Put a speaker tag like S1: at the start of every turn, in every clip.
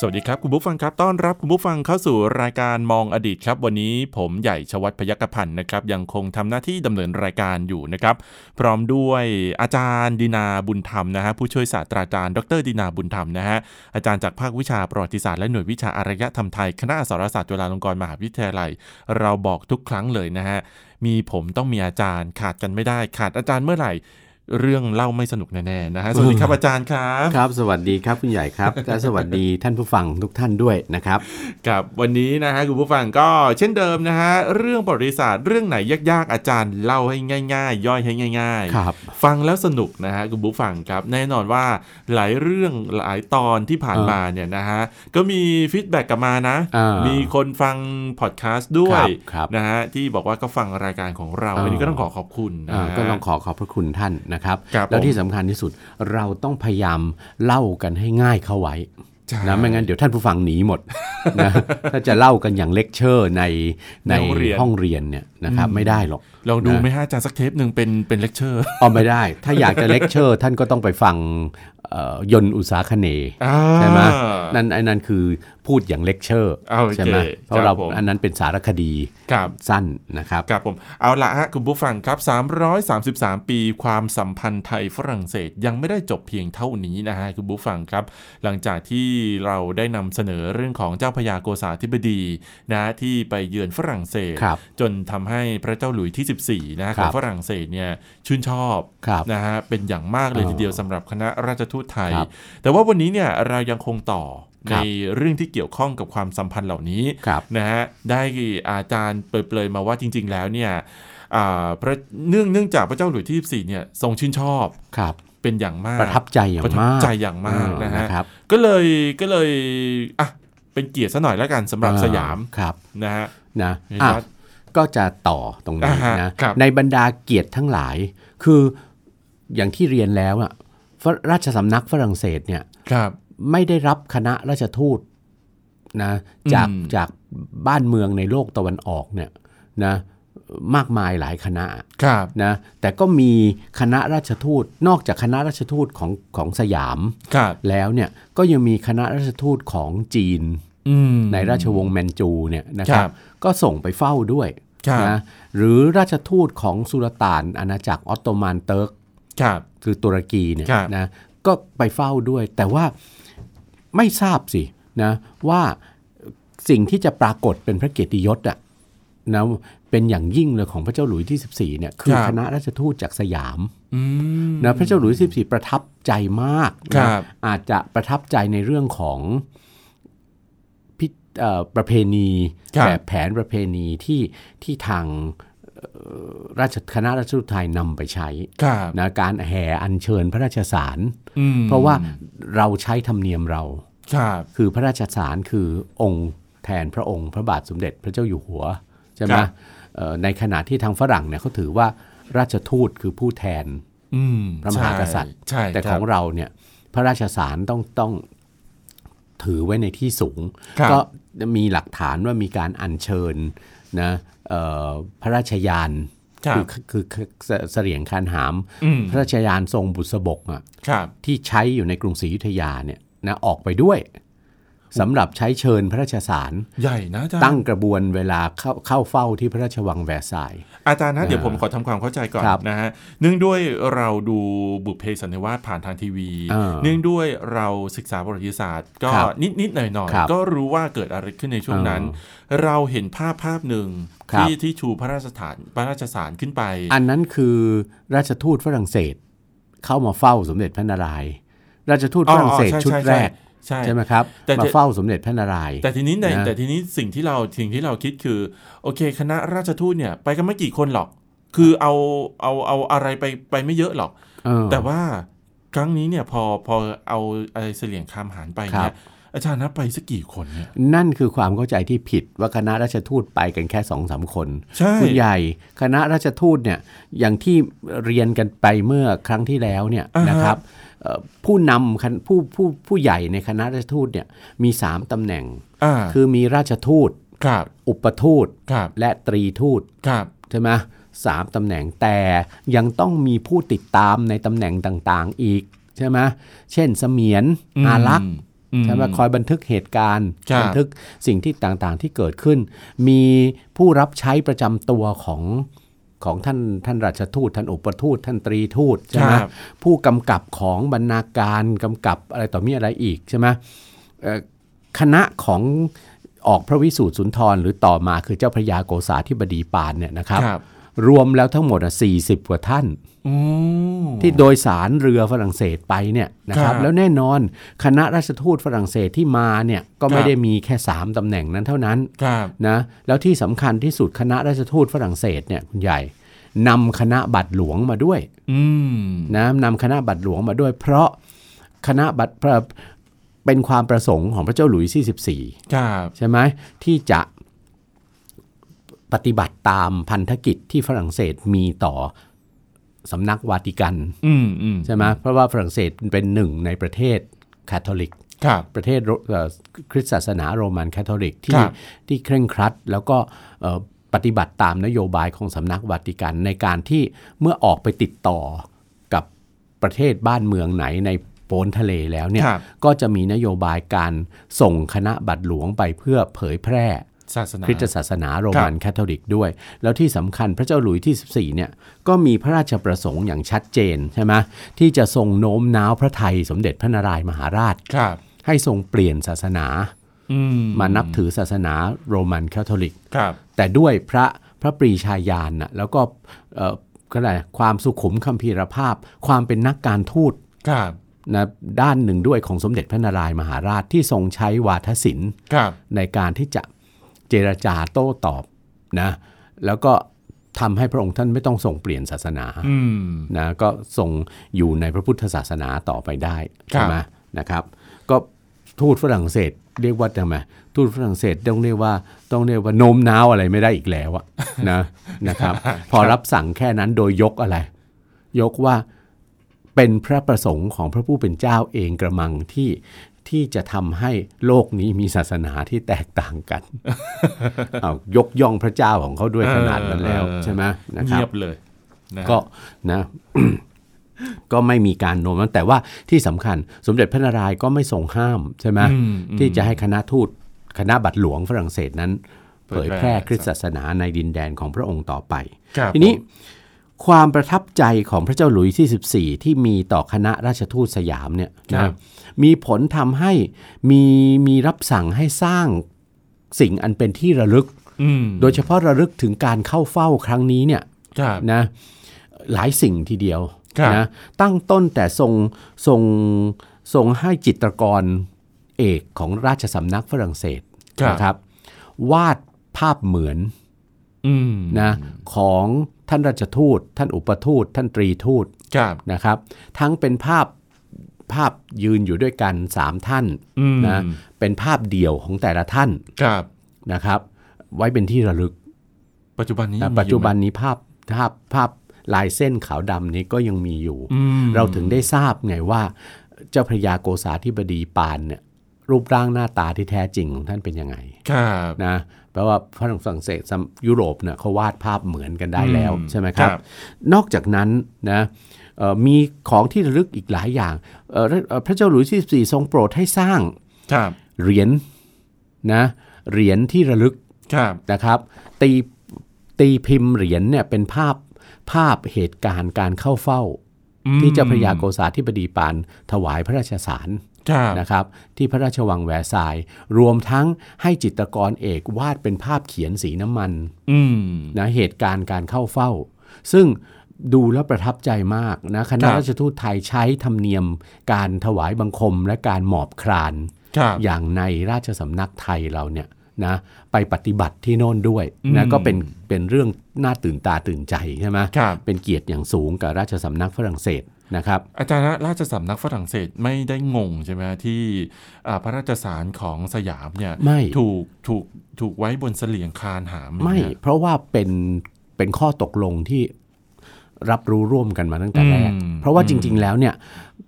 S1: สวัสดีครับ คุณผู้ฟังครับต้อนรับคุณผู้ฟังเข้าสู่รายการมองอดีตครับ วันนี้ผมใหญ่ชวัฒน์พยัคฆพันธ์นะครับ ยังคงทำหน้าที่ดำเนินรายการอยู่นะครับ พร้อมด้วยอาจารย์ดินาบุญธรรมนะฮะผู้ช่วยศาสตราจารย์ ดรดินาบุญธรรมนะฮะอาจารย์จากภาควิชาประวัติศาสตร์และหน่วยวิชาอารยธรรมไทยคณะอักษรศาสตร์จุฬาลงกรณ์มหาวิทยาลัย เราบอกทุกครั้งเลยนะฮะมีผมต้องมีอาจารย์ขาดกันไม่ได้ ขาดอาจารย์เมื่อไหร่ เรื่องเล่าไม่สนุกแน่ๆนะฮะสวัสดีครับอาจารย์ครับ
S2: ครับ สวัสดีครับคุณใหญ่ ครับ และสวัสดีท่านผู้ฟังทุกท่านด้วยนะครับ
S1: ครับวันนี้นะฮะคุณผู้ฟังก็เช่นเดิมนะฮะเรื่องบริษัทเรื่องไหนยากๆ อาจารย์เล่าให้ง่าย ๆ ย่อยให้ง่าย
S2: ครับ
S1: ๆ ฟังแล้วสนุกนะฮะคุณผู้ฟังครับแน่นอนว่าหลายเรื่องหลายตอนที่ผ่านมาเนี่ยนะฮะก็มีฟีดแบ็กกลับมานะ
S2: อ่ามี
S1: มีคนฟังพอดแคสต์ด้ว
S2: ค
S1: ย
S2: รับครับ
S1: นะฮะที่บอกว่าก็ฟังรายการของเรา
S2: อ่า
S1: อันนี้ก็ต้องขอขอบคุณนะ
S2: อ่า
S1: ฮะ
S2: ก็ต้องขอขอบพระคุณท่านนะครับ
S1: ครับ
S2: แล้ว
S1: ผม
S2: ที่สำคัญที่สุดเราต้องพยายามเล่ากันให้ง่ายเข้าไว้
S1: ใช่
S2: นะไม่งั้นเดี๋ยวท่านผู้ฟังหนีหมด นะถ้าจะเล่ากันอย่างเลคเชอร์ในใน
S1: ในห้องเรียน
S2: ห้องเรียนเนี่ยนะครับไม่ได้หรอก
S1: ลองดู
S2: นะ
S1: ไหมฮะอาจารย์สักเทปหนึ่งเป็นเป็นเลคเชอร์
S2: เอาไม่ได้ ถ้าอยากจะเลคเชอร์ท่านก็ต้องไปฟังเอ่อยนต์อุตสาคเนย์ ใช่ไหม
S1: อ่า
S2: นั่นไอ้นั่นคือพูดอย่างเลคเชอร์
S1: อ่าโอเค
S2: ใช่ไหมเพ
S1: ครั
S2: ราะ
S1: บ
S2: เรา
S1: ผม
S2: อันนั้นเป็นสารคดี
S1: ครับ
S2: สั้นนะครับ
S1: ครับผมเอาละฮะคุณผู้ฟังครับ 333 ปีความสัมพันธ์ไทยฝรั่งเศสยังไม่ได้จบเพียงเท่านี้นะฮะคุณผู้ฟังครับ หลังจากที่เราได้นำเสนอเรื่องของเจ้าพญาโกษาธิบดีนะที่ไปเยือนฝรั่งเศส
S2: ครับ
S1: จนทำให้พระเจ้าหลุยที่ 14นะฮะ
S2: ค
S1: ข
S2: รั
S1: อบ งฝรั่งเศสเนี่ยชื่นชอบ
S2: ครับ
S1: นะฮะเป็นอย่างมากเลย
S2: เออ
S1: ทีเดียวสำหรับคณะราชทูตไทย
S2: ครับ
S1: แต่ว่าวันนี้เนี่ยเรายังคงต่อ
S2: ค
S1: ใน
S2: รับ
S1: เรื่องที่เกี่ยวข้องกับความสัมพันธ์เหล่านี้
S2: ครับ
S1: นะฮะได้อาจารย์เปรยๆมาว่าจริง ๆ แล้วเนี่ยอ่าพระเนื่องเนื่องจากพระเจ้าหลุยส์ที่24เนี่ยทรงชื่นชอบ
S2: ครับ
S1: เป็นอย่างมาก
S2: ประทับใจอย่าง
S1: ประทับ
S2: มาก
S1: ใจอย่างมาก
S2: เออ
S1: นะฮะ
S2: ครับ
S1: ก็เลยก็เลยอ่ะเป็นเกียรติซะหน่อยแล้วกันสำหรับ
S2: เออ
S1: สยาม
S2: ครับ
S1: นะฮะ
S2: นะ
S1: เห็น
S2: อ่ะ
S1: ชัด
S2: ก็จะต่อตรงนี้
S1: อ่าฮะ
S2: นะครับ ในบรรดาเกียรติทั้งหลาย คืออย่างที่เรียนแล้วอ่ะฝรราชสำนักฝรั่งเศสเนี่ย
S1: ครับ
S2: ไม่ได้รับคณะราชทูตนะจาก
S1: อืม
S2: จากบ้านเมืองในโลกตะวันออกเนี่ยนะมากมายหลายคณะ
S1: ครับ
S2: นะแต่ก็มีคณะราชทูตนอกจากคณะราชทูตของของสยาม
S1: ครับ
S2: แล้วเนี่ยก็ยังมีคณะราชทูตของจีน
S1: อืม
S2: ในราชวงศ์แมนจูเนี่ยนะครับ
S1: ครับ
S2: ก็ส่งไปเฝ้าด้วย
S1: ครับ
S2: นะหรือราชทูตของสุลต่านอาณาจักรออตโตมันเติร์ก
S1: ครับ
S2: คือตุรกีเนี่ย
S1: ครับ
S2: นะก็ไปเฝ้าด้วย แต่ว่าไม่ทราบสินะว่าสิ่งที่จะปรากฏเป็นพระเกียรติยศอะนะเป็นอย่างยิ่งเลยของพระเจ้าหลุยส์ที่ 14เนี่ยคือ
S1: ครับ
S2: คณะราชทูตจากสยาม
S1: อืม
S2: นะพระเจ้าหลุยส์ที่14 ประทับใจมาก
S1: ครั
S2: นะ
S1: บ
S2: อาจจะประทับใจในเรื่องของพิเอ่อประเพณีแบบแผนประเพณีที่ที่ทางเอ่อราชคณะราชทูตไทยนำไปใช้
S1: ครับ
S2: นะการแห่อัญเชิญพระราชสาร
S1: อืม
S2: เพราะว่าเราใช้ธรรมเนียมเรา
S1: ครับ
S2: คือพระราชสารคือองค์แทนพระองค์ พระบาทสมเด็จพระเจ้าอยู่หัวใช่ไหม
S1: ครับ
S2: เอ่อในขณะที่ทางฝรั่งเนี่ยเขาถือว่าราชทูตคือผู้แทน
S1: อืม
S2: พระมหากษัตริย์
S1: ใช่
S2: แต่ของ
S1: ครับ
S2: เราเนี่ยพระราชสารต้องต้องถือไว้ในที่สูง
S1: ครับ
S2: ก็มีหลักฐานว่ามีการอัญเชิญนะเอ่อพระราชยาน
S1: ครับ
S2: อคือคือเสรียงคานหาม
S1: อืม
S2: พระราชยานทรงบุษบกอ่ะ
S1: ครับ
S2: ที่ใช้อยู่ในกรุงศรีอยุธยาเนี่ยนะออกไปด้วยสำหรับใช้เชิญพระราชสาร
S1: ใหญ่นะอาจารย์
S2: ตั้งกระบวนเวลาเข้าเข้าเฝ้าที่พระราชวังแวร์ซายน์
S1: อาจารย์นะ
S2: อ่า
S1: เดี๋ยวผมขอทำความเข้าใจก่อน
S2: ครับ
S1: นะฮะเนื่องด้วยเราดูบุพเพสันนิวาสผ่านทางทีวี
S2: อ่า
S1: เนื่องด้วยเราศึกษาประวัติศาสตร์ ก็
S2: ครับ
S1: นิดนิดๆหน่อยหน่อยๆ
S2: ครับ
S1: ก็รู้ว่าเกิดอะไรขึ้นในช่วงนั้น เราเห็นภาพภาพหนึ่ง
S2: ครับ
S1: ที่ที่ชูพระราชฐานพระราชสารขึ้นไป
S2: อันนั้นคือราชทูตฝรั่งเศส เข้ามาเฝ้าสมเด็จพระนารายณ์ราชทูต
S1: อ๋อ
S2: ฝรั่งเศส
S1: ใช่
S2: ชุด
S1: ใช่
S2: แรก
S1: ใช่
S2: ใช่ไหมครับ
S1: แต่จะ
S2: มาเฝ้าสมเด็จพระนารายณ์
S1: แต่ทีนี้ใน
S2: นะ
S1: แต่ทีนี้สิ่งที่เราสิ่งที่เราคิดคือ โอเค คณะราชทูตเนี่ยไปกันไม่กี่คนหรอก คือเอาเอาเอาอะไรไปไปไม่เยอะหรอก
S2: เออ
S1: แต่ว่าครั้งนี้เนี่ยพอพอเอาไอ้เสลียงคามหานไป
S2: ครั
S1: เนี่ย
S2: บ
S1: อาจารย์นับไปสักกี่คนเนี่ย
S2: นั่นคือความเข้าใจที่ผิดว่าคณะราชทูตไปกันแค่สองสามคน
S1: ใช่
S2: คุณใหญ่คณะราชทูตเนี่ยอย่างที่เรียนกันไปเมื่อครั้งที่แล้วเนี่ยนะครับเอ่อผู้นำคณผู้ผู้ผู้ใหญ่ในคณะราชทูตเนี่ยมีสามตำแหน่ง
S1: อ่า
S2: คือมีราชทูต
S1: ครับ
S2: อุปทูต
S1: ครับ
S2: และตรีทูต
S1: ครับ
S2: ใช่ไหมสามตำแหน่งแต่ยังต้องมีผู้ติดตามในตำแหน่งต่างๆอีกใช่ไหมเช่นเสมียนอารักษ
S1: อื
S2: ใช่ไหมคอยบันทึกเหตุการณ์
S1: ครับ
S2: บัทึกสิ่งที่ต่างๆที่เกิดขึ้น มีผู้รับใช้ประจำตัวของของท่านท่านราชทูต ท่านอุปทูต ท่านตรีทูตใช่ไหม
S1: ครับ
S2: ผู้กำกับของบรรณาการกำกับอะไรต่อมีอะไรอีกใช่ไหมเอ่อคณะของออกพระวิสูตรสุนทรหรือต่อมาคือเจ้าพระยาโกษาธิบดีปานเนี่ยนะครับ
S1: ครับ
S2: รวมแล้วทั้งหมดอ่ะ40 กว่าท่าน
S1: อืม
S2: ที่โดยสารเรือฝรั่งเศสไปเนี่ยนะค
S1: ครั
S2: รั
S1: บบ
S2: แล้วแน่นอนคณะราชทูตฝรั่งเศสที่มาเนี่ยก็
S1: ค
S2: ไม่
S1: รับ
S2: ได้มีแค่ 3ตำแหน่งนั้นเท่านั้น
S1: ครับ
S2: นะแล้วที่สำคัญที่สุดคณะราชทูตฝรั่งเศสเนี่ยคุณใหญ่นำคณะบัตรหลวงมาด้วย
S1: อืม
S2: นะนำคณะบัตรหลวงมาด้วย เพราะคณะบัตรเอ่อเป็นความประสงค์ของพระเจ้าหลุยส์ที่14
S1: ครับ
S2: ใช่ไหมที่จะปฏิบัติตามพันธกิจที่ฝรั่งเศสมีต่อสำนักวาติกัน
S1: อืมอืม
S2: ใช่ไหมเพราะว่าฝรั่งเศสเป็นหนึ่งในประเทศคาทอลิก
S1: ครับ
S2: ประเทศโรเอ่อคริสตศาสนาโรมันคาทอลิก
S1: ค
S2: ที่
S1: รับ
S2: ที่เคร่งครัด แล้วก็เอ่อปฏิบัติตามนโยบายของสำนักวาติกันในการที่เมื่อออกไปติดต่อกับประเทศบ้านเมืองไหนในโปนทะเลแล้วเนี่ย
S1: ครับ
S2: ก็จะมีนโยบายการส่งคณะบัตรหลวงไปเพื่อเผยแพร่
S1: ศาสนา
S2: คริสตศาสนาโรมันคาทอลิกด้วย แล้วที่สำคัญพระเจ้าหลุยที่ 14เนี่ยก็มีพระราชประสงค์อย่างชัดเจนใช่ไหมที่จะทรงโน้มน้าวพระไทยสมเด็จพระนารายณ์มหาราช
S1: ครับ
S2: ให้ทรงเปลี่ยนศาสนา
S1: อืม
S2: มานับถือศาสนาโรมันคาทอลิก
S1: ครับ
S2: แต่ด้วยพระพระปรีชาญาณนะแล้วก็เอ่อก็อะไรความสุขุมคัมภีรภาพ ความเป็นนักการทูต
S1: ครับ
S2: นะด้านหนึ่งด้วยของสมเด็จพระนารายณ์มหาราชที่ทรงใช้วาทศิลป์
S1: ครับ
S2: ในการที่จะเจรจาโต้ตอบนะแล้วก็ทำให้พระองค์ท่านไม่ต้องส่งเปลี่ยนศาสนา
S1: อืม
S2: นะก็ส่งอยู่ในพระพุทธศาสนาต่อไปได้ใช่ไหมนะครับ ก็ทูตฝรั่งเศสเรียกว่าทำไมทูตฝรั่งเศสต้องเรียกว่าต้องเรียกว่าโน้มน้าวอะไรไม่ได้อีกแล้วอะ นะนะครับ พอรับสั่งแค่นั้นโดยยกอะไร ยกว่าเป็นพระประสงค์ของพระผู้เป็นเจ้าเองกระมังที่ที่จะทำให้โลกนี้มีศาสนาที่แตกต่าง กัน เอายกย่องพระเจ้าของเขาด้วยขนาดนั้นแล้ว
S1: เออ
S2: ใช่ไหมนะครั
S1: เงี
S2: บ
S1: ยบเลยนะฮะ
S2: ก็นะ ก็ไม่มีการโน้มน้าวแต่ว่าที่สำคัญสมเด็จพระนารายณ์ก็ไม่ทรงห้ามใช่ไหม
S1: อืมอืม
S2: ที่จะให้คณะทูตคณะบัตรหลวงฝรั่งเศสนั้น
S1: เผ
S2: เผ
S1: ย
S2: ย
S1: แพร่
S2: แพร่คริสตศาสนาในดินแดนของพระองค์ต่อไป
S1: ครับ
S2: ทีนี้ความประทับใจของพระเจ้าหลุยส์ที่ 14 ที่มีต่อคณะราชทูตสยามเนี่ย
S1: ครั
S2: นะ
S1: บ
S2: มีผลทำให้มีมีรับสั่งให้สร้างสิ่งอันเป็นที่ระลึก
S1: อืม
S2: โดยเฉพาะระลึกถึงการเข้าเฝ้าครั้งนี้เนี่ย
S1: ครับ
S2: นะหลายสิ่งทีเดียว
S1: ครับ
S2: นะตั้งต้นแต่ทรงทรงทรงให้จิตรกรเอกของราชสำนักฝรั่งเศส
S1: ครับ
S2: นะครับ วาดภาพเหมือน
S1: อืม
S2: นะของท่านราชทูต ท่านอุปทูต ท่านตรีทูต
S1: ครับ
S2: นะครับ ทั้งเป็นภาพภาพยืนอยู่ด้วยกัน 3 ท่าน
S1: อืม
S2: นะเป็นภาพเดี่ยวของแต่ละท่าน
S1: ครับ
S2: นะครับ ไว้เป็นที่ระลึก
S1: ปัจจุบันนี้
S2: แต่
S1: ยังมี
S2: ปัจจุบัน
S1: อยู่ไหม
S2: นี้ภาพภาพภาพลายเส้นขาวดำนี้ก็ยังมีอยู่
S1: อืม
S2: เราถึงได้ทราบไงว่า เจ้าพระยาโกษาธิบดีปานเนี่ยรูปร่างหน้าตาที่แท้จริงของท่านเป็นยังไง
S1: ครับ
S2: นะแปลว่าฝรั่งเศสสำยุโรปเนี่ยเขาวาดภาพเหมือนกันได้แล้ว
S1: อื
S2: ใช่ไหมครับ นอกจากนั้นนะเอ่อมีของที่ระลึกอีกหลายอย่างเอ่อเอ่อพระเจ้าหลุยส์ที่14ทรงโปรดให้สร้าง
S1: ครับ
S2: เหรียญนะเหรียญที่ระลึก
S1: ครับ
S2: นะครับตีตีพิมพ์เหรียญเนี่ยเป็นภาพภาพเหตุการณ์การเข้าเฝ้า
S1: อืม
S2: ที่เจ้าพระยาโกษาธิบดีปานถวายพระราชสาร
S1: ครับ
S2: นะครับ ที่พระราชวังแวร์ซายน์รวมทั้งให้จิตรกรเอกวาดเป็นภาพเขียนสีน้ำมัน
S1: อืม
S2: นะเหตุการณ์การเข้าเฝ้า ซึ่งดูแล้วประทับใจมากนะค
S1: ค
S2: ณะ
S1: รับ
S2: ราชทูตไทยใช้ธรรมเนียมการถวายบังคมและการหมอบคลาน
S1: ครับ
S2: อย่างในราชสำนักไทยเราเนี่ย นะไปปฏิบัติที่โน่นด้วยนะ
S1: อืม
S2: ก็เป็นเป็นเรื่องน่าตื่นตาตื่นใจใช่ไหม
S1: ครับ
S2: เป็นเกียรติอย่างสูงกับราชสำนักฝรั่งเศสนะครับ
S1: อาจารย์ฮะราชสำนักฝรั่งเศสไม่ได้งงใช่ไหมฮะที่อ่าพระราชสารของสยามเนี่ย
S2: ไม่
S1: ถูกถูกถูกไว้บนเสลียงคานหาม
S2: ไม่
S1: เนี่ย
S2: เพราะว่าเป็นเป็นข้อตกลงที่รับรู้ร่วมกันมาตั้งแต่แรก
S1: อืม
S2: เพราะว่าจริง ๆ แล้วเนี่ย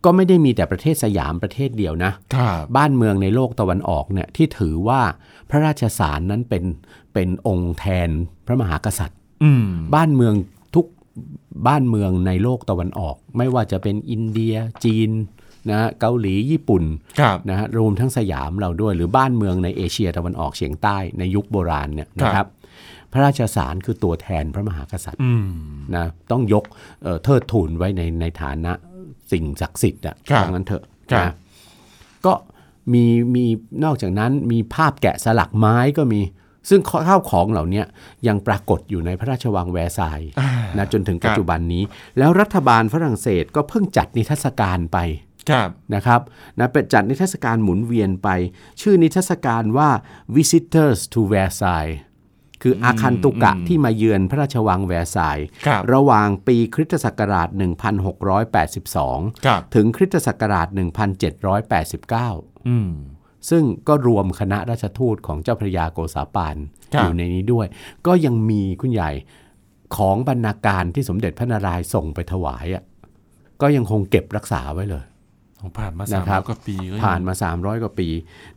S2: ก็ไม่ได้มีแต่ประเทศสยามประเทศเดียวนะ
S1: ครับ
S2: บ้านเมืองในโลกตะวันออกเนี่ยที่ถือว่าพระราชสารนั้นเป็นเป็นองค์แทนพระมหากษัตริย์
S1: อืม
S2: บ้านเมืองทุกบ้านเมืองในโลกตะวันออก ไม่ว่าจะเป็นอินเดียจีนนะฮะเกาหลีญี่ปุ่น
S1: ครับ
S2: นะฮะรวมทั้งสยามเราด้วย หรือบ้านเมืองในเอเชียตะวันออกเฉียงใต้ในยุคโบราณเนี่ยนะ
S1: ค
S2: ค
S1: รั
S2: รับ บ พระราชสารคือตัวแทนพระมหากษัตริย์
S1: อืม
S2: นะต้องยกเอ่อเทิดทูนไว้ในในฐานะสิ่งศักดิ์สิทธิ์อ่ะ
S1: ครับ
S2: ว่างั้นเถอะ
S1: ครับ
S2: นะก็มีมีนอกจากนั้นมีภาพแกะสลักไม้ก็มี ซึ่งข้าวของเหล่าเนี้ยยังปรากฏอยู่ในพระราชวังแวร์ไซน์
S1: อ่า
S2: นะจนถึงปัจ
S1: ครับ
S2: จุบันนี้ แล้วรัฐบาลฝรั่งเศสก็เพิ่งจัดนิทรรศการไป
S1: ครับ
S2: นะครับนะเป็นจัดนิทรรศการหมุนเวียนไป ชื่อนิทรรศการว่า visitors to Versailles คืออาคันตุกะ
S1: อืม
S2: ที่มาเยือนพระราชวังแวร์ไซน์
S1: ครับ
S2: ระหว่างปีคริสตศักราช 1682
S1: ครับ
S2: ถึงคริสตศักราช 1789
S1: อืม
S2: ซึ่งก็รวมคณะราชทูตของเจ้าพระยาโกษาปาน
S1: ครับ
S2: อยู่ในนี้ด้วย ก็ยังมีคุณใหญ่ของบรรณาการที่สมเด็จพระนารายณ์ส่งไปถวายอะก็ยังคงเก็บรักษาไว้เลย
S1: ผมผ่านมาสาม
S2: นะครับ
S1: กว่าปีก็ยัง
S2: ผ่านมา 300 กว่าปี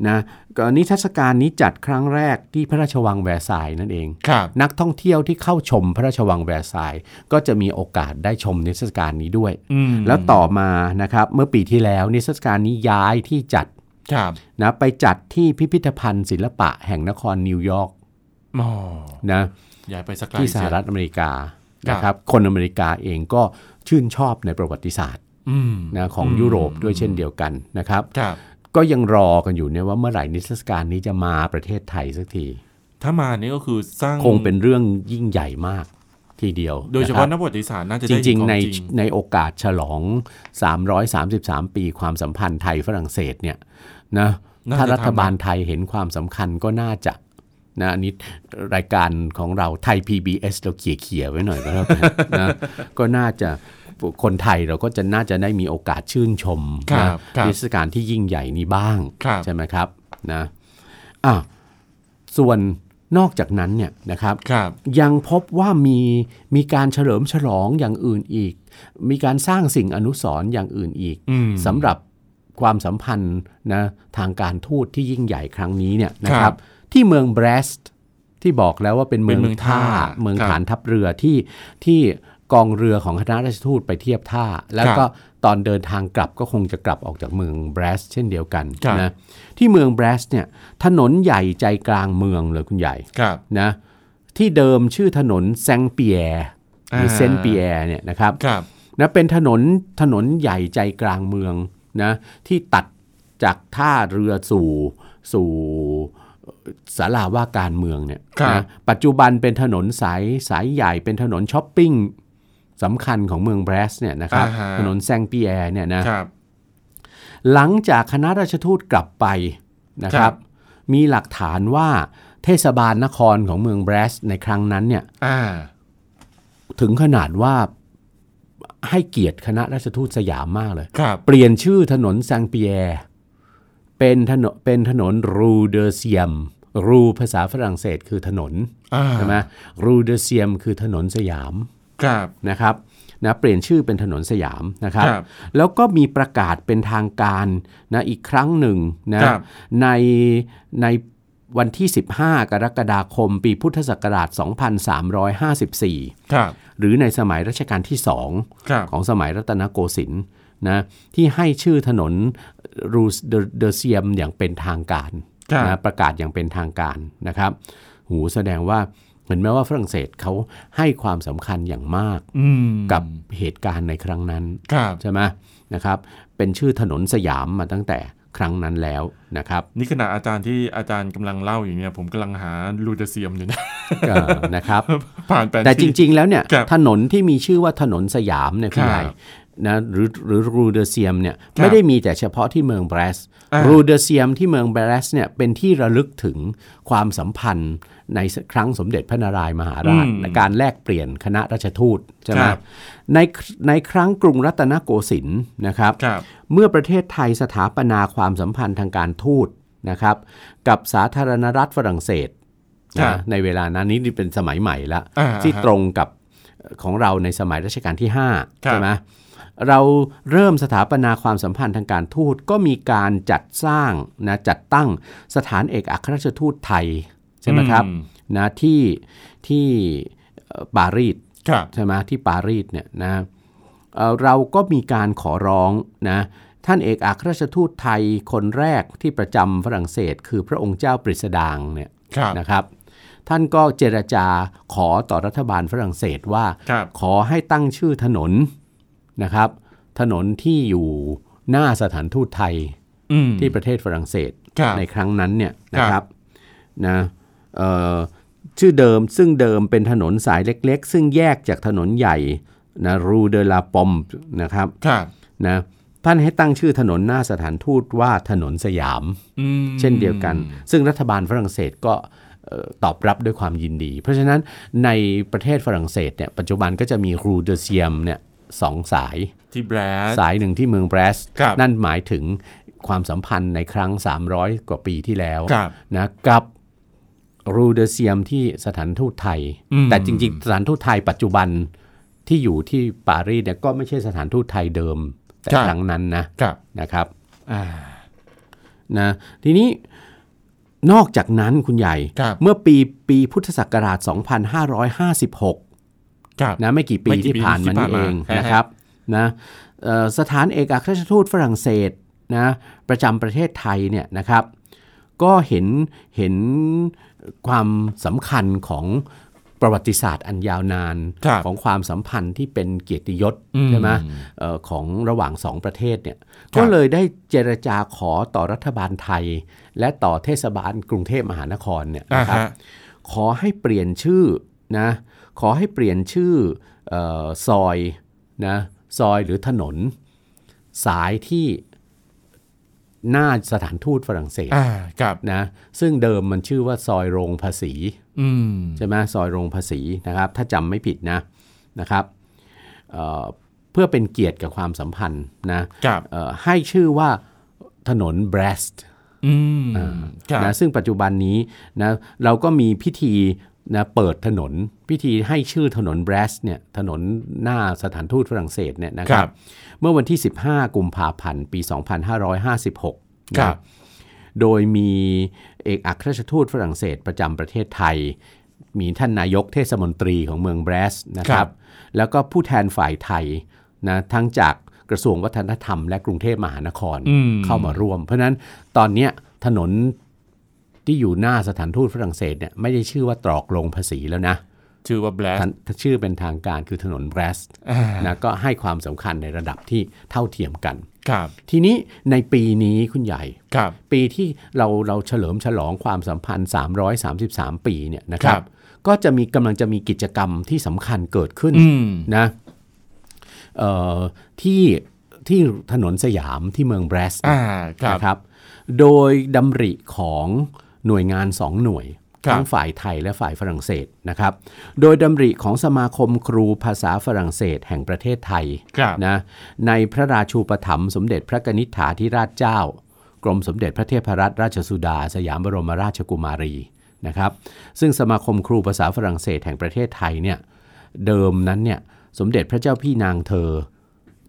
S2: นะก็นิทรรศการนี้จัดครั้งแรกที่พระราชวังแวร์ไซน์นั่นเอง
S1: ครับ
S2: นักท่องเที่ยวที่เข้าชมพระราชวังแวร์ไซน์ก็จะมีโอกาสได้ชมนิทรรศการนี้ด้วย
S1: อืม
S2: แล้วต่อมานะครับเมื่อปีที่แล้วนิทรรศการนี้ย้ายที่จัด
S1: ครับ
S2: นะไปจัดที่พิพิธภัณฑ์ศิลปะแห่งนครนิวยอร์ก
S1: อ๋อ
S2: นะ
S1: ย้ายไปสักไกล
S2: ที่สหรั
S1: เย
S2: ฐอเมริกา
S1: ครับ
S2: นะครับคนอเมริกาเองก็ชื่นชอบในประวัติศาสตร์
S1: อืม
S2: นะของยุโรปด้วยเช่นเดียวกันนะครับ
S1: ครับ
S2: ก็ยังรอกันอยู่เนี่ยว่าเมื่อไหร่นิทรรศการนี้จะมาประเทศไทยสักที
S1: ถ้ามานี่ก็คือสร้าง
S2: คงเป็นเรื่องยิ่งใหญ่มากทีเดียว
S1: โดยเฉพาะ
S2: น
S1: นักประวัติศาสตร์น่าจะ
S2: จ
S1: ได้
S2: ริง
S1: ขอ
S2: ๆ ใน
S1: จริง
S2: ในโอกาสฉลอง 333 ปีความสัมพันธ์ไทยฝรั่งเศสเนี่ยนะ
S1: น่าจะ
S2: ถ้ารัฐ
S1: ทำนะ
S2: บาลไทยเห็นความสำคัญก็น่าจะนะอันนี้รายการของเราไทย PBS เราเขี่ยๆไว้หน่อยก็แล้วกัน นะ ก็น่าจะคนไทยเราก็จะน่าจะได้มีโอกาสชื่นชม
S1: ครั
S2: นะ
S1: บครับ
S2: นิทรรศการที่ยิ่งใหญ่นี้บ้าง
S1: ครับ
S2: ใช่ไหมครับนะอ่ะส่วนนอกจากนั้นเนี่ยนะครับ
S1: ครับ
S2: ยังพบว่ามีมีการเฉลิมฉลองอย่างอื่นอีก มีการสร้างสิ่งอนุสรณ์อย่างอื่นอีก
S1: อืม
S2: สำหรับความสัมพันธ์นะทางการทูตที่ยิ่งใหญ่ครั้งนี้เนี่ยนะค
S1: ครั
S2: รั
S1: บบ
S2: ที่เมืองเบรสต์ที่บอกแล้วว่าเป็นเมือ
S1: เป็
S2: ง
S1: นเมืองท่า
S2: ท่า เมือง
S1: ครับ
S2: ฐานทัพเรือที่ที่กองเรือของคณะราชทูตไปเทียบท่า แล้วก็ตอนเดินทางกลับก็คงจะกลับออกจากเมืองเบรสต์เช่นเดียวกัน
S1: ครับ
S2: นะที่เมืองเบรสต์เนี่ยถนนใหญ่ใจกลางเมืองเลยคุณใหญ่
S1: ครับ
S2: นะที่เดิมชื่อถนนแซงเปียร์หรือ
S1: อ่า
S2: เซนเปียร์เนี่ยนะครับ
S1: ครับ
S2: นะเป็นถนนถนนใหญ่ใจกลางเมืองนะที่ตัดจากท่าเรือสู่สู่สาราว่าการเมืองเนี่ย
S1: ครับ
S2: นะปัจจุบันเป็นถนนสายสายใหญ่เป็นถนนช้อปปิ้งสำคัญของเมืองเบรสเนี่ยนะครับถนนแซงเปียร์เนี่ยนะ
S1: ครับ
S2: หลังจากคณะราชทูตกลับไปนะค
S1: ครั
S2: รับ บ มีหลักฐานว่าเทศบาลนครของเมืองเบรสในครั้งนั้นเนี่ย
S1: อ่า
S2: ถึงขนาดว่าให้เกียรติคณะราชทูตสยามมากเลย
S1: ครับ
S2: เปลี่ยนชื่อถนนแซงเปียร์เป็นถนนเป็นถนนรูเดอเซียม รูภาษาฝรั่งเศสคือถนน
S1: อ่า
S2: ใช่ไหมรูเดอเซียมคือถนนสยาม
S1: ครับ
S2: นะครับนะเปลี่ยนชื่อเป็นถนนสยามนะครับ
S1: ครับ
S2: แล้วก็มีประกาศเป็นทางการนะอีกครั้งหนึ่งนะครับ ในในวันที่ 15 กรกฎาคม ปีพุทธศักราช 2354
S1: ครับ
S2: หรือในสมัยรัชกาลที่ 2
S1: ครับ
S2: ของสมัยรัตนโกสินทร์นะที่ให้ชื่อถนนรูสเดอเซียมอย่างเป็นทางการ
S1: ครับ
S2: นะประกาศอย่างเป็นทางการนะครับหูแสดงว่าเห็นไหมว่าฝรั่งเศสเขาให้ความสำคัญอย่างมาก
S1: อืม
S2: กับเหตุการณ์ในครั้งนั้น
S1: ครับ
S2: ใช่ไหมนะครับ เป็นชื่อถนนสยามมาตั้งแต่ครั้งนั้นแล้วนะครับ
S1: นี่ขณะอาจารย์ที่อาจารย์กำลังเล่าอยู่เนี่ยผมกำลังหาลูเดเซียมอยู่นะ
S2: เอ่อนะครับ
S1: ผ่านแปลน
S2: แต่จ
S1: ที่
S2: ริง ๆ แล้วเนี่ย
S1: ครับ
S2: ถนนที่มีชื่อว่าถนนสยามเนี่ยคุณใหญ่
S1: ครับ
S2: นะหรือหรือรูเดอเซียมเนี่ย
S1: ครับ
S2: ไม่ได้มีแต่เฉพาะที่เมืองแบรส
S1: อ่ารู
S2: รูเดอเซียมที่เมืองแบรสเนี่ยเป็นที่ระลึกถึงความสัมพันธ์ในครั้งสมเด็จพระนารายณ์มหาราช
S1: อืม
S2: และการแลกเปลี่ยนคณะราชทูตใช่ไหม
S1: ครับ
S2: ในในครั้งกรุงรัตนโกสินทร์นะครับ
S1: ครับ
S2: เมื่อประเทศไทยสถาปนาความสัมพันธ์ทางการทูตนะครับ กับสาธารณรัฐฝรั่งเศส
S1: ครั
S2: นะ
S1: บ
S2: ในเวลานั้นนี่เป็นสมัยใหม่ละ
S1: อ่า
S2: ที่
S1: ฮะ
S2: ตรงกับของเราในสมัยรัชกาลที่ 5
S1: ครับ
S2: ใช่ไหมเราเริ่มสถาปนาความสัมพันธ์ทางการทูตก็มีการจัดสร้างนะจัดตั้งสถานเอกอัครราชทูตไทย ใช่ไหมครับ
S1: อืม
S2: นะที่ที่เอ่อปารีส
S1: ครับ
S2: ใช่ไหมที่ปารีสเนี่ยนะเอ่อเราก็มีการขอร้องนะท่านเอกอัครราชทูตไทยคนแรกที่ประจำฝรั่งเศส คือพระองค์เจ้าปริสดางเนี่ย
S1: ครับ
S2: นะครับ ท่านก็เจรจาขอต่อรัฐบาลฝรั่งเศสว่า
S1: ครับ
S2: ขอให้ตั้งชื่อถนนนะครับ ถนนที่อยู่หน้าสถานทูตไทย
S1: อืม
S2: ที่ประเทศฝรั่งเศส
S1: ครับ
S2: ในครั้งนั้นเนี่ยนะค
S1: ครั
S2: รับบ นะเอ่อชื่อเดิมซึ่งเดิมเป็นถนนสายเล็กๆ ซึ่งแยกจากถนนใหญ่นะรูเดลาปอมนะครับ
S1: ครับ
S2: นะท่านให้ตั้งชื่อถนนหน้าสถานทูตว่าถนนสยาม
S1: อืม
S2: เช่นเดียวกัน ซึ่งรัฐบาลฝรั่งเศสก็เอ่อตอบรับด้วยความยินดี เพราะฉะนั้นในประเทศฝรั่งเศสเนี่ยปัจจุบันก็จะมีรูเดเซียมเนี่ยสองสาย
S1: ที่แบรนด์
S2: สายหนึ่งที่เมืองแบรส
S1: ครับ
S2: นั่นหมายถึงความสัมพันธ์ในครั้ง 300 กว่าปีที่แล้ว
S1: ครับ
S2: นะกับรูเดเซียมที่สถานทูตไทย
S1: อืม
S2: แต่จริงๆ สถานทูตไทยปัจจุบันที่อยู่ที่ปารีสเนี่ยก็ไม่ใช่สถานทูตไทยเดิม แต่ครั้งนั้นนะครับ นะครับ
S1: อ่า
S2: นะทีนี้นอกจากนั้นคุณใหญ่
S1: ครับ
S2: เมื่อปีปีพุทธศักราช 2556
S1: ครับ
S2: นะไม่กี่ปี
S1: ไม่กี่
S2: ที่
S1: ปี
S2: ผ่านมา
S1: ที่ผ่า
S2: นี่
S1: นมา
S2: เอ
S1: ง ฮะ
S2: นะครับนะเอ่อสถานเอกอัครราชทูตฝรั่งเศสนะประจำประเทศไทยเนี่ยนะครับก็เห็นเห็นความสำคัญของประวัติศาสตร์อันยาวนาน
S1: ครับ
S2: ของความสัมพันธ์ที่เป็นเกียรติยศ
S1: อืม
S2: ใช่ไหมเอ่อของระหว่างสองประเทศเนี่ย
S1: ครับ
S2: ก็เลยได้เจรจาขอต่อรัฐบาลไทย และต่อเทศบาลกรุงเทพมหานครเนี่ย
S1: อ่า
S2: นะครับ
S1: ฮะ
S2: ขอให้เปลี่ยนชื่อนะขอให้เปลี่ยนชื่อเออซอยนะซอยหรือถนน สายที่หน้าสถานทูตฝรั่งเศส
S1: อ่า ครับ
S2: นะซึ่งเดิมมันชื่อว่าซอยโรงภาษี
S1: อืม
S2: ใช่ไหมซอยโรงภาษีนะครับ ถ้าจำไม่ผิดนะนะครับเอ่อเพื่อเป็นเกียรติกับความสัมพันธ์นะครับ เอ่อให้ชื่อว่าถนนเบรสต์
S1: อืมครับ
S2: นะซึ่งปัจจุบันนี้นะเราก็มีพิธีนะเปิดถนนพิธีให้ชื่อถนนแบรสเนี่ยถนนหน้าสถานทูตฝรั่งเศสเนี่ยนะค
S1: ครั
S2: รับบ เมื่อวันที่ 15 กุมภาพันธ์ปี 2556
S1: ครั
S2: นะ
S1: บ
S2: โดยมีเอกอัครราชทูตฝรั่งเศสประจำประเทศไทย มีท่านนายกเทศมนตรีของเมืองแบรสนะค
S1: ครั
S2: รับ
S1: บ
S2: แล้วก็ผู้แทนฝ่ายไทยนะทั้งจากกระทรวงวัฒนธรรมและกรุงเทพมหานคร
S1: อืม
S2: เข้ามาร่วม เพราะฉะนั้นตอนเนี้ยถนนที่อยู่หน้าสถานทูตฝรั่งเศสเนี่ยไม่ได้ชื่อว่าตรอกลงภาษีแล้วนะ
S1: ชื่อว่าแบรนด์
S2: ทันชื่อเป็นทางการคือถนนแบรส
S1: อ่า
S2: นะก็ให้ความสำคัญในระดับที่เท่าเทียมกัน
S1: ครับ
S2: ทีนี้ในปีนี้คุณใหญ่
S1: ครับ
S2: ปีที่เราเราเฉลิมฉลองความสัมพันธ์ 333 ปีเนี่ยนะครั
S1: ครับ บ
S2: ก็จะมีกำลังจะมีกิจกรรมที่สำคัญเกิดขึ้น
S1: อืม
S2: นะเอ่อที่ที่ถนนสยามที่เมืองแบรส
S1: อ่า ครับ
S2: นะครับ โดยดำริของหน่วยงานสองหน่วย
S1: ครับ
S2: ทั้งฝ่ายไทยและฝ่ายฝรั่งเศสนะครับ โดยดำริของสมาคมครูภาษาฝรั่งเศสแห่งประเทศไทย
S1: ครับ
S2: นะในพระราชูปถัมภ์สมเด็จพระกนิษฐาธิราชเจ้า กรมสมเด็จพระเทพรัตนราชสุดา สยามบรมราชกุมารีนะครับ ซึ่งสมาคมครูภาษาฝรั่งเศสแห่งประเทศไทยเนี่ย เดิมนั้นเนี่ยสมเด็จพระเจ้าพี่นางเธอ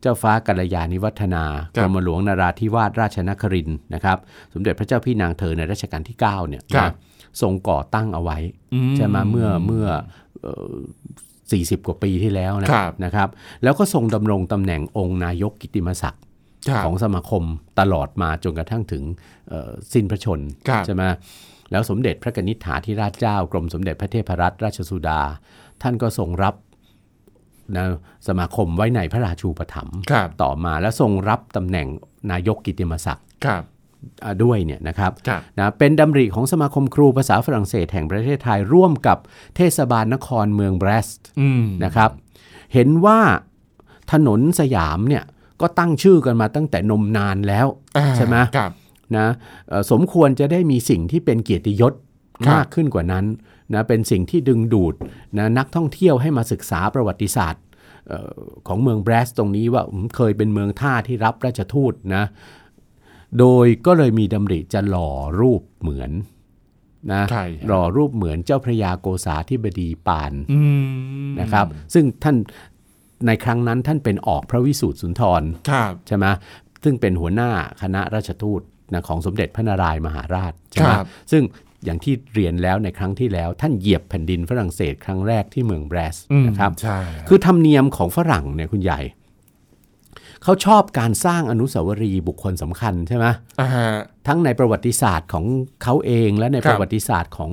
S2: เจ้าฟ้ากัลยาณิวัฒนากรมหลวงนราธิวาสราชนครินทร์นะครับ สมเด็จพระเจ้าพี่นางเธอในรัชกาลที่9เนี่ย
S1: ครับ
S2: นะทรงก่อตั้งเอาไว้
S1: อื
S2: ใช่ไหมเมื่อเมื่อเอ่อ40 กว่าปีที่แล้วนะครับ นะครับ แล้วก็ทรงดำรงตำแหน่งองค์นายกกิตติมศักดิ์
S1: ครับ
S2: ของสมาคมตลอดมาจนกระทั่งถึงเอ่อสิ้นพระชน
S1: ครับ
S2: ใช่ไหมแล้วสมเด็จพระกนิษฐาธิราชเจ้ากรมสมเด็จพระเทพรัตนราชสุดา ท่านก็ทรงรับนะสมาคมไว้ในพระราชูปถัมภ์
S1: ครับ
S2: ต่อมาและทรงรับตำแหน่งนายกกิตติมศักดิ์
S1: ครับ
S2: อ่าด้วยเนี่ยนะครับ
S1: ครับ
S2: นะเป็นดำริของสมาคมครูภาษาฝรั่งเศสแห่งประเทศไทยร่วมกับเทศบาลนครเมืองแบรสต์
S1: อืม
S2: นะครับเห็นว่า ถนนสยามเนี่ยก็ตั้งชื่อกันมาตั้งแต่นมนานแล้ว
S1: อ่า
S2: ใช่ไหม
S1: ครับ
S2: นะเอ่อสมควรจะได้มีสิ่งที่เป็นเกียรติยศ
S1: ครับ
S2: มากขึ้นกว่านั้นนะเป็นสิ่งที่ดึงดูดนะนักท่องเที่ยวให้มาศึกษาประวัติศาสตร์เอ่อของเมืองแบรสตรงนี้ว่าอืมเคยเป็นเมืองท่าที่รับราชทูตนะโดยก็เลยมีดำริจะหล่อรูปเหมือนนะ
S1: ใช่
S2: หล่อรูปเหมือนเจ้าพระยาโกษาธิบดีปาน
S1: อืม
S2: นะครับซึ่งท่านในครั้งนั้นท่านเป็นออกพระวิสูตรสุนทร
S1: ครับ
S2: ใช่ไหมซึ่งเป็นหัวหน้าคณะราชทูตนะของสมเด็จพระนารายณ์มหาราชใช่ไหม
S1: ครับ
S2: ซึ่งอย่างที่เรียนแล้วในครั้งที่แล้ว ท่านเหยียบแผ่นดินฝรั่งเศสครั้งแรกที่เมืองแบรส
S1: อืม
S2: นะครับ
S1: ใช่
S2: คือธรรมเนียมของฝรั่งเนี่ยคุณใหญ่ เขาชอบการสร้างอนุสาวรีย์บุคคลสำคัญใช่ไหม
S1: าฮะ
S2: ทั้งในประวัติศาสตร์ของเขาเองและใน
S1: ครั
S2: ป
S1: บ
S2: ระวัติศาสตร์ของ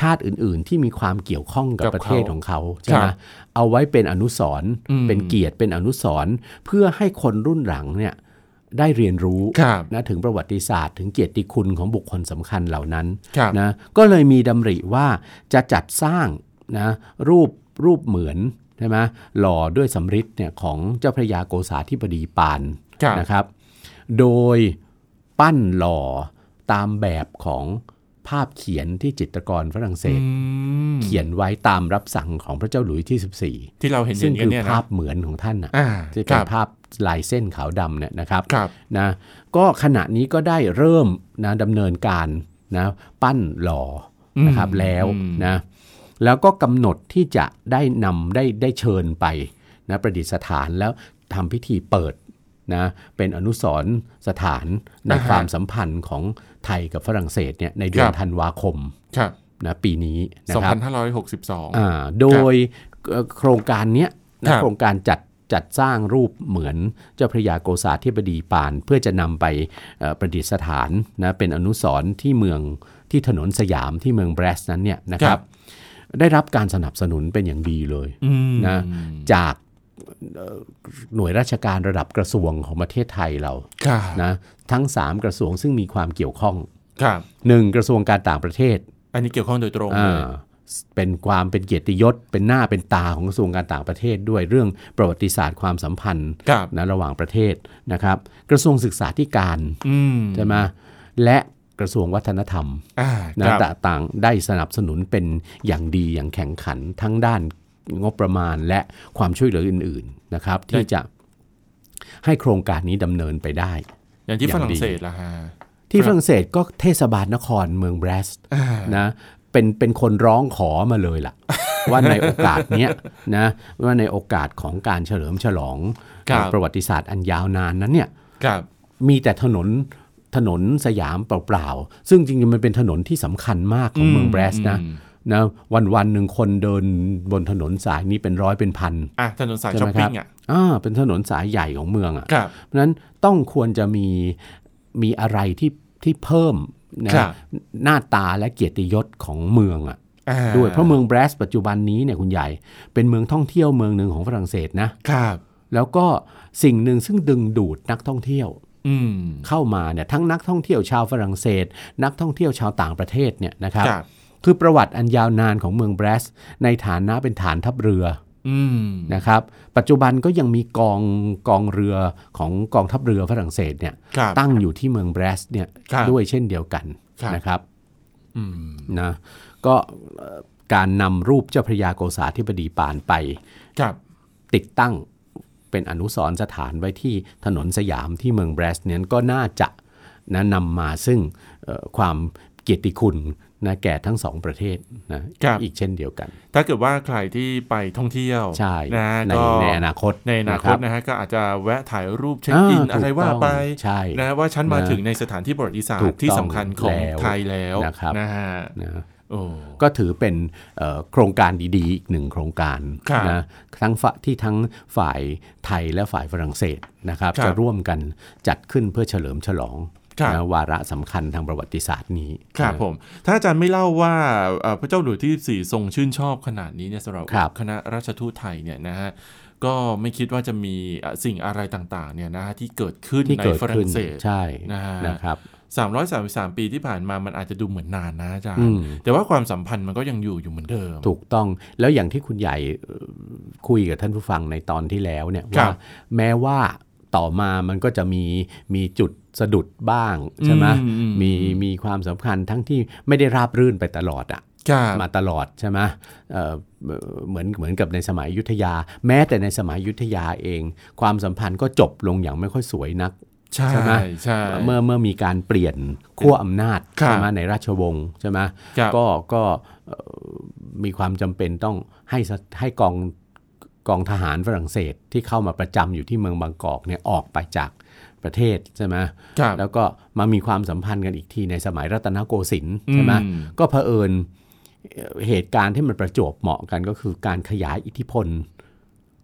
S2: ชาติอื่น ๆ ที่มีความเกี่ยวข้องกับ
S1: กับ
S2: ประเทศ
S1: เขา
S2: ของเขาใช่ไหม
S1: ครับ
S2: เอาไว้เป็นอนุสรณ์
S1: อืม
S2: เป็นเกียรติเป็นอนุสรณ์เพื่อให้คนรุ่นหลังเนี่ยได้เรียนรู้
S1: ครับ
S2: นะถึงประวัติศาสตร์ ถึงเกียรติคุณของบุคคลสำคัญเหล่านั้น
S1: ครับ
S2: นะก็เลยมีดำริว่าจะจัดสร้างนะรูปรูปเหมือนใช่ไหมหล่อด้วยสำริดเนี่ยของเจ้าพระยาโกษาธิบดีปาน
S1: ครับ
S2: นะครับ โดยปั้นหล่อตามแบบของภาพเขียนที่จิตรกรฝรั่งเศส
S1: อืม
S2: เขียนไว้ตามรับสั่งของพระเจ้าหลุยส์ที่
S1: ที่เราเห็น
S2: 14
S1: เห็
S2: ซึ่ง
S1: นกัน
S2: คือ
S1: เนี่ย
S2: ภา
S1: นะ
S2: พเหมือนของท่านนะ
S1: อ่า
S2: ที่
S1: ค
S2: เป็น
S1: รับ
S2: ภาพลายเส้นขาวดำเนี่ยนะครับ
S1: ครับ
S2: นะก็ขณะนี้ก็ได้เริ่มนะดำเนินการนะปั้นหล่ออนะครับแล้วนะแล้วก็กำหนดที่จะได้นำได้ได้เชิญไปนะประดิษฐานแล้วทำพิธีเปิดนะเป็นอนุสรณ์สถานในความสัมพันธ์ของไทยกับฝรั่งเศสเนี่ยในเดือนธันวาคม
S1: ครับ
S2: นะปีนี้นะครับ
S1: 2562
S2: อ่าโดยเอ่อโครงการเนี้ยนะครับ โครงการจัดจัดสร้างรูปเหมือนเจ้าพระยาโกษาธิบดีปาน เพื่อจะนำไปเอ่อประดิษฐานนะเป็นอนุสรณ์ที่เมืองที่ถนนสยามที่เมืองแบรสนั้นเนี่ยนะครับได้รับการสนับสนุนเป็นอย่างดีเลย
S1: อืม
S2: นะ จากเอ่อหน่วยราชการระดับกระทรวงของประเทศไทยเรา
S1: ครับ
S2: นะทั้ง 3 กระทรวงซึ่งมีความเกี่ยวข้อง
S1: ครับ
S2: 1. กระทรวงการต่างประเทศ
S1: อันนี้เกี่ยวข้องโดยตรงเลย
S2: อ่าเป็นความเป็นเกียรติยศ เป็นหน้าเป็นตาของกระทรวงการต่างประเทศด้วยเรื่องประวัติศาสตร์ความสัมพันธ์
S1: ครับ
S2: นะระหว่างประเทศนะครับ กระทรวงศึกษาธิการ
S1: อืม
S2: ใช่ไหมและกระทรวงวัฒนธรรม
S1: อ่า
S2: นะครับ ต่างๆได้สนับสนุนเป็นอย่างดีอย่างแข็งขันทั้งด้านงบประมาณและความช่วยเหลืออื่นๆนะครับที่จะให้โครงการนี้ดำเนินไปได้
S1: อย่างที่
S2: อย่า
S1: ฝ
S2: ง
S1: รั่ง
S2: ดี
S1: เศสละฮะ
S2: ที่
S1: ครับ
S2: ฝรั่งเศสก็เทศบาลนครเมืองแบรส
S1: อ่า
S2: นะเป็นเป็นคนร้องขอมาเลย ล่ะ ว่าในโอกาสเนี้ยนะว่าในโอกาสของการเฉลิมฉลอง
S1: ครับ
S2: ประวัติศาสตร์อันยาวนานนั้นเนี่ย
S1: ครับ
S2: มีแต่ถนนถนนสยามเปล่าๆ ซึ่งจริงๆมันเป็นถนนที่สำคัญมากของเมือง
S1: อืม
S2: แบรสนะ
S1: อืม
S2: นะวันวันๆหนึ่งคนเดินบนถนนสายนี้เป็นร้อยเป็นพัน
S1: อ่ะถนนสาย
S2: ใช่
S1: ช้อ
S2: ไหม
S1: ป
S2: ค
S1: ปิ้
S2: รั
S1: งอ่ะ
S2: อ่าเป็นถนนสายใหญ่ของเมืองอ่ะ
S1: ครับ
S2: เพราะฉะนั้นต้องควรจะมีมีอะไรที่ที่เพิ่มนะครับ หน้าตาและเกียรติยศของเมืองอะ
S1: อ่า
S2: ด้วยเพราะเมืองแบรสปัจจุบันนี้เนี่ยคุณใหญ่ เป็นเมืองท่องเที่ยวเมืองหนึ่งของฝรั่งเศสนะครับ แล้วก็สิ่งหนึ่งซึ่งดึงดูดนักท่องเที่ยว
S1: อืม
S2: เข้ามาเนี่ยทั้งนักท่องเที่ยวชาวฝรั่งเศส นักท่องเที่ยวชาวต่างประเทศเนี่ยนะครับ
S1: ครับ
S2: คือประวัติอันยาวนานของเมืองแบรสในฐานะเป็นฐานทัพเรือ
S1: อืม
S2: นะครับปัจจุบันก็ยังมีกองกองเรือของกองทัพเรือฝรั่งเศสเนี่ย
S1: ครับ
S2: ตั้งอยู่ที่เมืองแบรสเนี่ย
S1: ครับ
S2: ด้วยเช่นเดียวกัน
S1: ครับ
S2: นะครับ
S1: อืม
S2: นะก็เอ่อการนำรูปเจ้าพระยาโกษาธิบดีปานไป
S1: ครับ
S2: ติดตั้งเป็นอนุสรณ์สถานไว้ที่ถนนสยามที่เมืองแบรสเนี่ยก็น่าจะนะนำมาซึ่งเอ่อความเกียรติคุณนะแก่ทั้งสองประเทศนะครับ อีกเช่นเดียวกัน
S1: ถ้าเกิดว่าใครที่ไปท่องเที่ยว
S2: ใช่
S1: นะ
S2: ใน
S1: ก็
S2: ในอนาคต
S1: ในอนาค
S2: รั
S1: ต
S2: บ
S1: นะฮะก็อาจจะแวะถ่ายรูปเช็คอิน
S2: อ่า
S1: อะไร
S2: ถูก
S1: ว่า
S2: ต้อง
S1: ไป
S2: ใช่
S1: นะว่าฉันมา
S2: นะ
S1: ถึงในสถานที่ประวัติศาสต
S2: ถูก
S1: ร์ที่
S2: ต้อง
S1: สำคัญของ
S2: แล้ว
S1: ไทยแล้ว
S2: นะครับ
S1: นะฮะ
S2: นะ
S1: โอ้
S2: ก็ถือเป็นเอ่อโครงการดีๆ อีกหนึ่งโครงการ
S1: ครับ
S2: นะทั้งฝ่าที่ทั้งฝ่ายไทยและฝ่ายฝรั่งเศสนะครับ
S1: ครับ
S2: จะร่วมกันจัดขึ้นเพื่อเฉลิมฉลอง
S1: ครับ
S2: นะวาระสำคัญทางประวัติศาสตร์นี้
S1: ครับ
S2: นะ
S1: ผม ถ้าอาจารย์ไม่เล่าว่าเอ่อพระเจ้าหลุยส์ที่ 4 ทรงชื่นชอบขนาดนี้เนี่ยสำหรับ
S2: ครับ
S1: คณะราชทูตไทยเนี่ยนะฮะก็ไม่คิดว่าจะมีเอ่อสิ่งอะไรต่างๆเนี่ยนะฮะที่เกิดขึ้น
S2: ที่
S1: ใน
S2: เกิด
S1: ฝรั่
S2: ขึ้
S1: ง
S2: น
S1: เศส
S2: ใช่
S1: นะฮะ
S2: นะครับ
S1: 333 ปีที่ผ่านมามันอาจจะดูเหมือนนานนะอาจาร
S2: อื
S1: ย์
S2: ม
S1: แต่ว่าความสัมพันธ์มันก็ยังอยู่อยู่เหมือนเดิม
S2: ถูกต้องแล้วอย่างที่คุณใหญ่เอ่อคุยกับท่านผู้ฟังในตอนที่แล้วเนี่ย
S1: ครั
S2: ว่า
S1: บ
S2: แม้ว่าต่อมามันก็จะมีมีจุดสะดุดบ้างใช่ไหม
S1: อืมอืม
S2: มีมีความสำคัญทั้งที่ไม่ได้ราบรื่นไปตลอดอะ
S1: ครับ
S2: มาตลอดใช่ไหมเอ่อเอ่อเหมือนเหมือนกับในสมัยอยุทธยา แม้แต่ในสมัยอยุทธยาเอง ความสัมพันธ์ก็จบลงอย่างไม่ค่อยสวยนัก
S1: ใช่
S2: ใช่ไหม
S1: ใช่
S2: เมื่อเมื่อมีการเปลี่ยนขั้วอำนาจ
S1: ครับ
S2: ใช่ไหมในราชวงศ์ใช่ไหม
S1: ครับ
S2: ก็ก็เอ่อมีความจำเป็นต้องให้สให้กองกองทหารฝรั่งเศสที่เข้ามาประจำอยู่ที่เมืองบางกอกเนี่ยออกไปจากประเทศใช่ไหม
S1: ครับ
S2: แล้วก็มามีความสัมพันธ์กันอีกทีในสมัยรัตนโกสินทร์ใช่ไหม
S1: อืม
S2: ก็เผอิญเอ่อเหตุการณ์ที่มันประจวบเหมาะกันก็คือการขยายอิทธิพล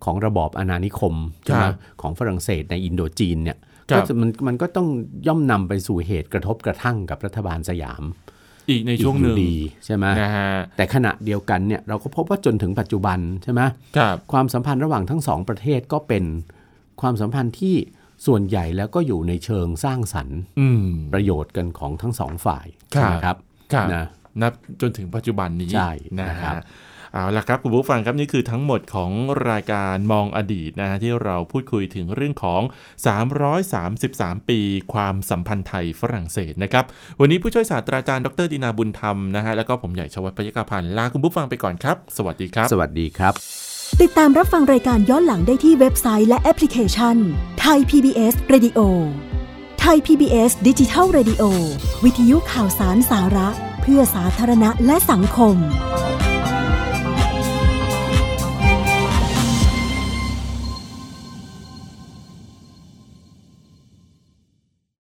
S2: ของระบอบอาณานิคมใช่ไหม
S1: ครับ
S2: ของฝรั่งเศสในอินโดจีนเนี่ย
S1: ครั
S2: ก็
S1: บ
S2: จะมันมันก็ต้องย่อมนำไปสู่เหตุกระทบกระทั่งกับรัฐบาลสยาม
S1: อีกในช่วงหนึ่ง
S2: อีกอยู่ดีใช่ไหม
S1: นะฮะ
S2: แต่ขณะเดียวกันเนี่ยเราก็พบว่าจนถึงปัจจุบันใช่ไหม
S1: ครับ
S2: ความสัมพันธ์ระหว่างทั้งสองประเทศก็เป็นความสัมพันธ์ที่ส่วนใหญ่แล้วก็อยู่ในเชิงสร้างสรรค์
S1: อืม
S2: ประโยชน์กันของทั้งสองฝ่าย
S1: ครับ
S2: นะครับ
S1: ครับ
S2: นะ
S1: นับจนถึงปัจจุบันนี้
S2: ใช่
S1: นะ
S2: นะครั
S1: ฮะ
S2: บ
S1: เอาละครับคุณผู้ฟังครับนี่คือทั้งหมดของรายการมองอดีตนะฮะที่เราพูดคุยถึงเรื่องของ 333 ปี ความสัมพันธ์ไทยฝรั่งเศสนะครับวันนี้ผู้ช่วยศาสตราจารย์ดรดินาบุญธรรมนะฮะแล้วก็ผมใหญ่ชวัฒน์พยกพันธ์ลาคุณผู้ฟังไปก่อนครับ สวัสดีครับ
S2: สวัสดีครับ
S3: ติดตามรับฟังรายการย้อนหลังได้ที่เว็บไซต์และแอปพลิเคชันไทย PBS Radio ไทย PBS ดิจิทัล Radio วิทยุข่าวสารสาระ เพื่อสาธารณะและสังคม